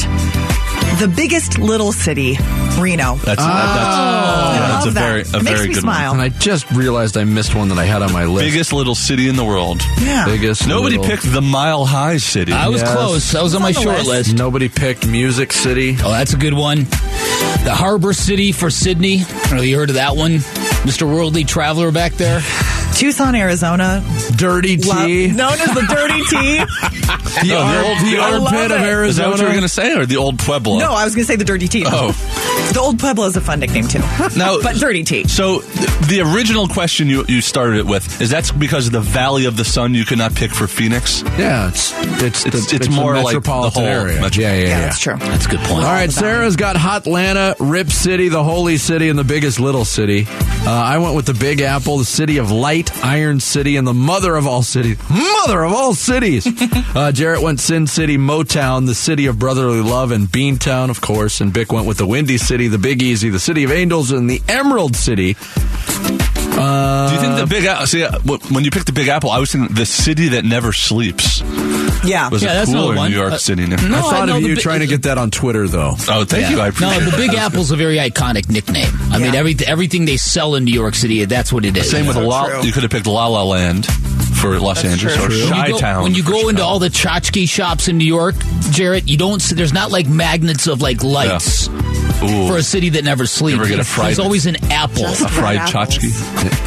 Speaker 4: The biggest little city, Reno.
Speaker 6: That's,
Speaker 4: I
Speaker 6: that's, yeah, that's a
Speaker 4: love that.
Speaker 6: very,
Speaker 4: It
Speaker 6: a
Speaker 4: makes
Speaker 6: very
Speaker 4: me
Speaker 6: good
Speaker 4: smile.
Speaker 6: one.
Speaker 3: And I just realized I missed one that I had on my list.
Speaker 6: Biggest little city in the world.
Speaker 4: Yeah.
Speaker 3: Biggest
Speaker 6: Nobody
Speaker 3: little-
Speaker 6: picked the Mile High City.
Speaker 5: I was
Speaker 3: Yes.
Speaker 5: close. I was on my
Speaker 4: It's on the
Speaker 5: short
Speaker 4: list.
Speaker 5: list.
Speaker 3: Nobody picked Music City.
Speaker 5: Oh, that's a good one. The Harbor City for Sydney. I don't know if you heard of that one. Mr. Worldly Traveler back there.
Speaker 4: Tucson, Arizona.
Speaker 3: Dirty
Speaker 4: Love,
Speaker 3: Tea.
Speaker 4: known as the Dirty Tea.
Speaker 6: the,
Speaker 3: Ar- the
Speaker 4: I love
Speaker 3: armpit of
Speaker 4: it.
Speaker 6: Is that
Speaker 3: Arizona.
Speaker 6: what you were going to say, or the old Pueblo?
Speaker 4: No, I was going to say the Dirty Tea.
Speaker 6: Oh.
Speaker 4: The Old Pueblo is a fun nickname too.
Speaker 6: Now-
Speaker 4: but Dirty Tea.
Speaker 6: So th- the original question you, you started it with is that's because of the Valley of the Sun you could not pick for Phoenix.
Speaker 3: Yeah, it's it's
Speaker 6: It's-
Speaker 3: the,
Speaker 6: it's
Speaker 3: a
Speaker 6: more like the
Speaker 3: metropolitan
Speaker 6: whole
Speaker 3: area.
Speaker 6: metro-
Speaker 3: yeah, yeah,
Speaker 4: yeah,
Speaker 3: yeah.
Speaker 4: that's true.
Speaker 5: That's a good point.
Speaker 3: All right,
Speaker 4: the valley.
Speaker 3: Sarah's got Hotlanta, Rip City, the Holy City, and the biggest little city. Uh, I went with the Big Apple, the City of Light, Iron City, and the mother of all cities. Mother of all cities! uh, Jarrett went Sin City, Motown, the City of Brotherly Love, and Beantown, of course. And Bick went with the Windy City, the Big Easy, the City of Angels, and the Emerald City.
Speaker 6: Do you think the Big Apple? See, uh, wh- when you picked the Big Apple, I was thinking the city that never sleeps.
Speaker 4: Yeah.
Speaker 6: Was
Speaker 5: Yeah,
Speaker 6: it
Speaker 5: that's
Speaker 6: cooler
Speaker 5: another one.
Speaker 6: New York
Speaker 5: Uh,
Speaker 6: City? No.
Speaker 5: no.
Speaker 3: I
Speaker 5: Oh,
Speaker 3: thought
Speaker 5: know
Speaker 3: of
Speaker 5: the
Speaker 3: you
Speaker 5: Bi-
Speaker 3: trying to get that on Twitter, though.
Speaker 6: Oh, thank you. I appreciate
Speaker 5: No, the
Speaker 6: it.
Speaker 5: Big Apple's a very iconic nickname. I mean,
Speaker 4: Yeah.
Speaker 5: every, everything they sell in New York City, that's what it is.
Speaker 6: Same with a La. You could have picked La La Land for Los Angeles
Speaker 4: true.
Speaker 6: or
Speaker 4: True.
Speaker 5: When you
Speaker 6: Chi
Speaker 5: go-
Speaker 6: Town.
Speaker 5: When you
Speaker 6: for
Speaker 5: go into
Speaker 6: Chicago.
Speaker 5: all the tchotchke shops in New York, Jarrett, you don't see, there's not like magnets of like lights
Speaker 6: Ooh,
Speaker 5: for a city that never sleeps.
Speaker 6: ever get a
Speaker 5: there's
Speaker 6: fried-
Speaker 5: always an apple.
Speaker 6: a fried tchotchke.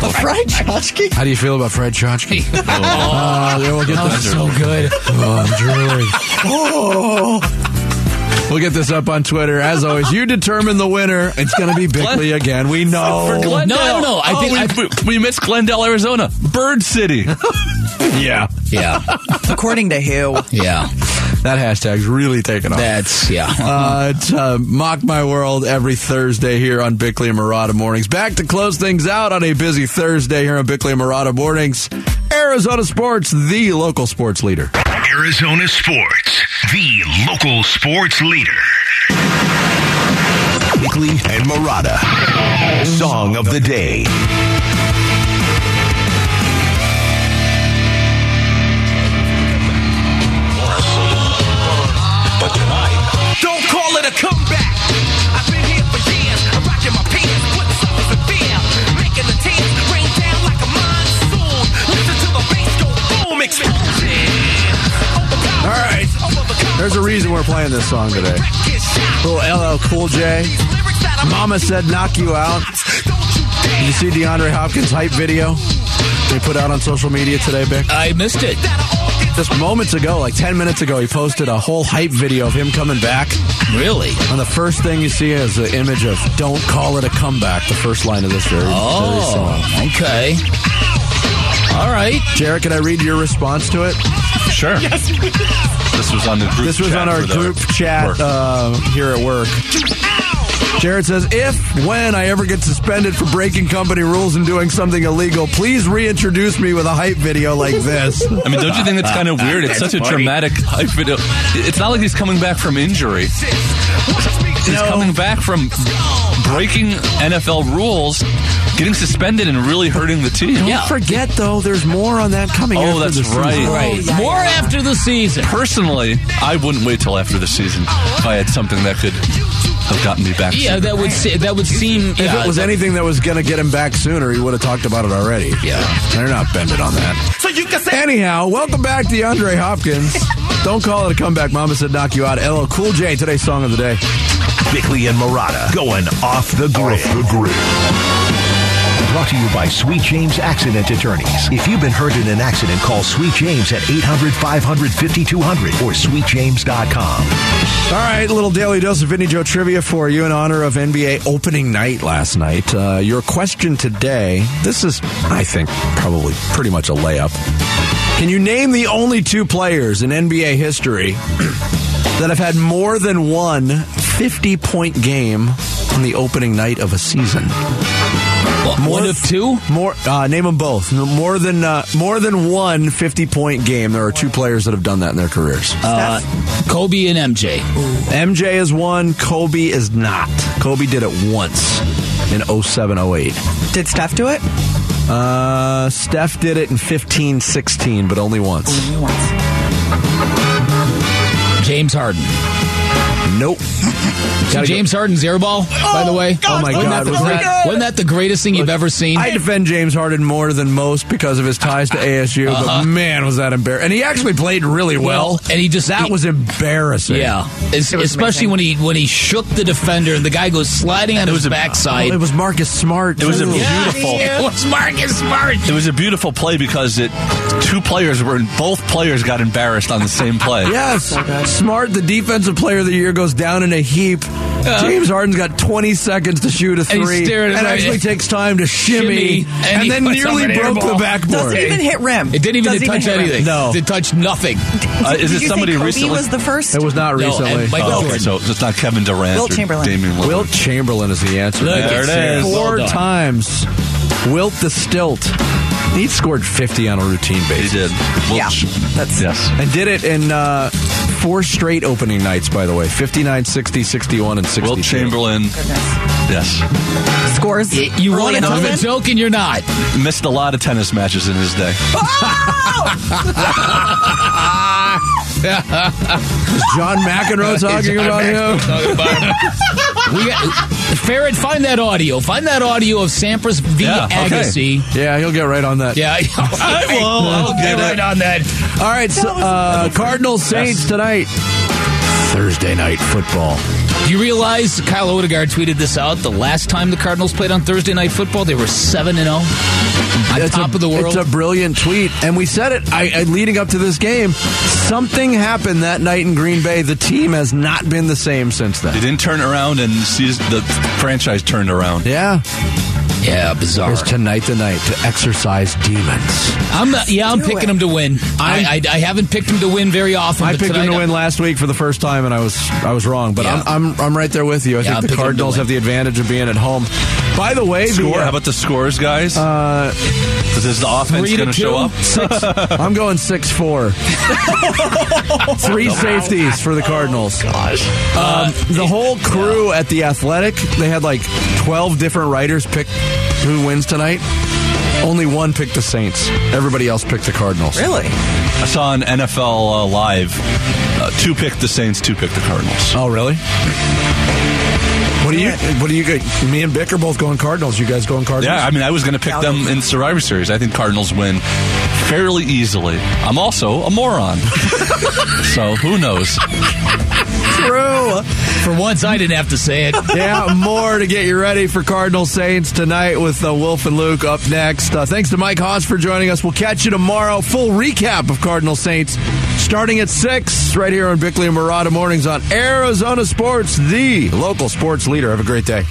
Speaker 4: A fried tchotchke?
Speaker 3: How do you feel about Fred Chachki? Oh, yeah, we'll get
Speaker 5: That was
Speaker 3: this.
Speaker 5: so good.
Speaker 3: Oh, I'm drooling. We'll get this up on Twitter. As always, you determine the winner. It's going to be Bickley again. We know.
Speaker 5: No, no, no. I
Speaker 6: Oh,
Speaker 5: think
Speaker 6: we,
Speaker 5: I-
Speaker 6: we missed Glendale, Arizona. Bird City. yeah.
Speaker 5: Yeah,
Speaker 4: According to who?
Speaker 5: yeah.
Speaker 3: That hashtag's really taken off.
Speaker 5: That's yeah.
Speaker 3: Uh, it's, uh, Mock My World every Thursday here on Bickley and Murata Mornings. Back to close things out on a busy Thursday here on Bickley and Murata Mornings. Arizona Sports, the local sports leader.
Speaker 1: Arizona Sports, the local sports leader.
Speaker 2: Bickley and Murata. Song of the day.
Speaker 8: Don't call it a comeback. I've been here for years. I'm rocking my pants, putting suckers in fear, making the tears rain down like a monsoon.
Speaker 3: There's a reason we're playing this song today. Little LL Cool J. Mama said knock you out. Did you see DeAndre Hopkins hype video they put out on social media today, Vic?
Speaker 5: I missed it.
Speaker 3: Just moments ago, like 10 minutes ago, he posted a whole hype video of him coming back.
Speaker 5: Really?
Speaker 3: And the first thing you see is the image of Don't Call It a Comeback, the first line of this very, very
Speaker 5: Oh,
Speaker 3: song.
Speaker 5: okay. All right.
Speaker 3: Jared, can I read your response to it?
Speaker 6: Sure. This was on the group.
Speaker 3: This was
Speaker 6: chat
Speaker 3: on our
Speaker 6: with
Speaker 3: group chat
Speaker 6: work.
Speaker 3: uh, here at work. Jared says, if, when I ever get suspended for breaking company rules and doing something illegal, please reintroduce me with a hype video like this.
Speaker 6: I mean, don't you think that's kind of weird? It's
Speaker 5: That's
Speaker 6: such a
Speaker 5: funny.
Speaker 6: dramatic hype video. It's not like he's coming back from injury. He's coming back from breaking NFL rules, getting suspended, and really hurting the team.
Speaker 5: Yeah.
Speaker 3: Forget, though, there's more on that coming
Speaker 6: Oh,
Speaker 3: after
Speaker 6: that's
Speaker 3: this season.
Speaker 6: right.
Speaker 3: Oh,
Speaker 5: Right. More after the season.
Speaker 6: Personally, I wouldn't wait till after the season if I had something that could have gotten me back.
Speaker 5: Yeah,
Speaker 6: sooner.
Speaker 5: that would se- that would seem.
Speaker 3: If
Speaker 5: yeah,
Speaker 3: it was
Speaker 5: that-
Speaker 3: anything that was going to get him back sooner, he would have talked about it already.
Speaker 5: Yeah.
Speaker 3: They're not bending on that.
Speaker 8: So you can say
Speaker 3: Anyhow, welcome back, DeAndre Hopkins. Don't call it a comeback. Mama said knock you out. LL Cool J, today's song of the day.
Speaker 2: Bickley and Murata going off the grid. Brought to you by Sweet James Accident Attorneys. If you've been hurt in an accident, call Sweet James at 800 500 5200 or sweetjames.com.
Speaker 3: All right, little daily dose of Vinny Joe trivia for you in honor of NBA opening night last night. Uh, your question today this is, I think, probably pretty much a layup. Can you name the only two players in NBA history that have had more than one 50 point game on the opening night of a season?
Speaker 5: What,
Speaker 3: More
Speaker 5: one of two.
Speaker 3: More, uh, name them both. More than uh, more than one 50 point game. There are two players that have done that in their careers.
Speaker 5: Uh, Kobe and MJ.
Speaker 3: MJ is one, Kobe is not. Kobe did it once in 07 08.
Speaker 4: Did Steph do it?
Speaker 3: Uh, Steph did it in 15 16, but only once.
Speaker 5: James Harden.
Speaker 3: Nope.
Speaker 5: See
Speaker 3: Gotta go-
Speaker 5: James Harden's airball, by the way.
Speaker 3: Oh my
Speaker 5: wasn't
Speaker 3: God,
Speaker 5: that,
Speaker 3: was
Speaker 5: the,
Speaker 3: that-
Speaker 5: great- wasn't that the greatest thing you've ever seen?
Speaker 3: I defend James Harden more than most because of his ties to ASU, but man, was that embarrassing. And he actually played really well.
Speaker 5: Well, and he just-
Speaker 3: That
Speaker 5: he-
Speaker 3: was embarrassing.
Speaker 5: yeah, Es-
Speaker 4: was
Speaker 5: especially
Speaker 4: amazing.
Speaker 5: when he when he shook the defender and the guy goes sliding on his backside.
Speaker 3: Well, it was Marcus Smart.
Speaker 6: It was a
Speaker 3: too.
Speaker 6: beautiful.
Speaker 5: It was Marcus Smart.
Speaker 6: It was a beautiful play because it two players were both players got embarrassed on the same play.
Speaker 3: Yes. Smart, the defensive player of the year, goes down in a heap. James Harden's got 20 seconds to shoot a
Speaker 5: Uh-huh. he's
Speaker 3: three.
Speaker 5: staring at
Speaker 3: and
Speaker 5: it.
Speaker 3: actually takes time to shimmy.
Speaker 5: Shimmy, and he
Speaker 3: and then
Speaker 5: puts up
Speaker 3: nearly
Speaker 5: an air
Speaker 3: broke the
Speaker 5: ball.
Speaker 3: backboard.
Speaker 4: Doesn't even hit rim.
Speaker 5: It didn't even
Speaker 4: Doesn't
Speaker 5: touch
Speaker 4: hit rim.
Speaker 5: anything.
Speaker 3: No.
Speaker 5: it touched nothing.
Speaker 6: Uh, is
Speaker 4: Did
Speaker 6: it
Speaker 4: you
Speaker 6: somebody
Speaker 4: say Kobe
Speaker 6: recently?
Speaker 4: was the first?
Speaker 3: It was not
Speaker 5: No, and
Speaker 3: recently.
Speaker 5: Michael
Speaker 6: Oh, okay,
Speaker 5: Jordan.
Speaker 6: so it's not Kevin Durant
Speaker 4: Will
Speaker 6: or
Speaker 4: Chamberlain.
Speaker 6: Damian Lillard.
Speaker 3: Wilt Chamberlain is the answer.
Speaker 5: Look,
Speaker 6: There it
Speaker 5: it's-
Speaker 6: is.
Speaker 5: well
Speaker 3: Four
Speaker 5: done.
Speaker 3: times. Wilt the Stilt. He scored 50 on a routine
Speaker 6: He
Speaker 3: basis.
Speaker 6: did. Wilt
Speaker 4: Yeah,
Speaker 6: Ch-
Speaker 4: that's-
Speaker 6: yes.
Speaker 3: And did it in uh, four straight opening nights, by the way 59, 60, 61, and 62.
Speaker 6: Wilt Chamberlain. Yes.
Speaker 4: Scores.
Speaker 5: Y- You
Speaker 4: early
Speaker 5: want to
Speaker 4: in
Speaker 5: know
Speaker 4: the
Speaker 5: the
Speaker 4: season?
Speaker 5: joke and you're not.
Speaker 6: Missed a lot of tennis matches in his day.
Speaker 3: Is John McEnroe talking about him?
Speaker 5: We got, Ferret, find that audio. Find that audio of Sampras v.
Speaker 6: Yeah, okay.
Speaker 5: Agassi.
Speaker 3: Yeah, he'll get right on that.
Speaker 5: Yeah, I will. I'll get right on that.
Speaker 3: All right, so, uh, Cardinals Saints tonight. Thursday night football.
Speaker 5: Do you realize Kyle Odegaard tweeted this out? The last time the Cardinals played on Thursday Night Football, they were seven and zero on
Speaker 3: It's
Speaker 5: top
Speaker 3: a,
Speaker 5: of the world.
Speaker 3: It's a brilliant tweet, and we said it I, I, leading up to this game. Something happened that night in Green Bay. The team has not been the same since
Speaker 6: They
Speaker 3: then.
Speaker 6: didn't turn around, and seas- the franchise turned around.
Speaker 3: Yeah,
Speaker 5: yeah, bizarre.
Speaker 3: it's tonight the night to exercise demons.
Speaker 5: I'm not, yeah, I'm
Speaker 4: Do
Speaker 5: picking
Speaker 4: it.
Speaker 5: him to win. I,
Speaker 3: I'm-
Speaker 5: I I haven't picked him to win very often.
Speaker 3: I
Speaker 5: but
Speaker 3: picked
Speaker 5: tonight
Speaker 3: them to
Speaker 5: I-
Speaker 3: win last week for the first time, and I was I was wrong. But
Speaker 5: Yeah.
Speaker 3: I'm, I'm I'm right there with you. I
Speaker 5: Yeah, I'm
Speaker 3: think the
Speaker 5: picking 'em to
Speaker 3: Cardinals
Speaker 5: win.
Speaker 3: have the advantage of being at home. By the way, the,
Speaker 6: Score?
Speaker 3: uh,
Speaker 6: How about the scores, guys?
Speaker 3: uh,
Speaker 6: Is this the offense
Speaker 5: three to
Speaker 6: going to
Speaker 5: two?
Speaker 6: show up?
Speaker 3: Six. I'm going six four. Three safeties for the Cardinals. Um, the whole crew at the Athletic, they had like twelve different writers pick who wins tonight. Only one picked the Saints. Everybody else picked the Cardinals.
Speaker 4: Really?
Speaker 6: I saw an NFL uh, live. Uh, two picked the Saints, two picked the Cardinals.
Speaker 3: Oh, really? Oh, What do
Speaker 4: do
Speaker 3: you?
Speaker 4: it.
Speaker 3: What do you? got- Me and Bick are both going Cardinals. You guys going Cardinals?
Speaker 6: Yeah, I mean, I was going to pick them in Survivor Series. I think Cardinals win fairly easily. I'm also a moron. so who knows?
Speaker 3: True.
Speaker 5: For once, I didn't have to say it.
Speaker 3: yeah, more to get you ready for Cardinal Saints tonight with uh, Wolf and Luke up next. Uh, thanks to Mike Haas for joining us. We'll catch you tomorrow. Full recap of Cardinal Saints starting at 6 right here on Bickley and Murata Mornings on Arizona Sports, the local sports leader. Have a great day.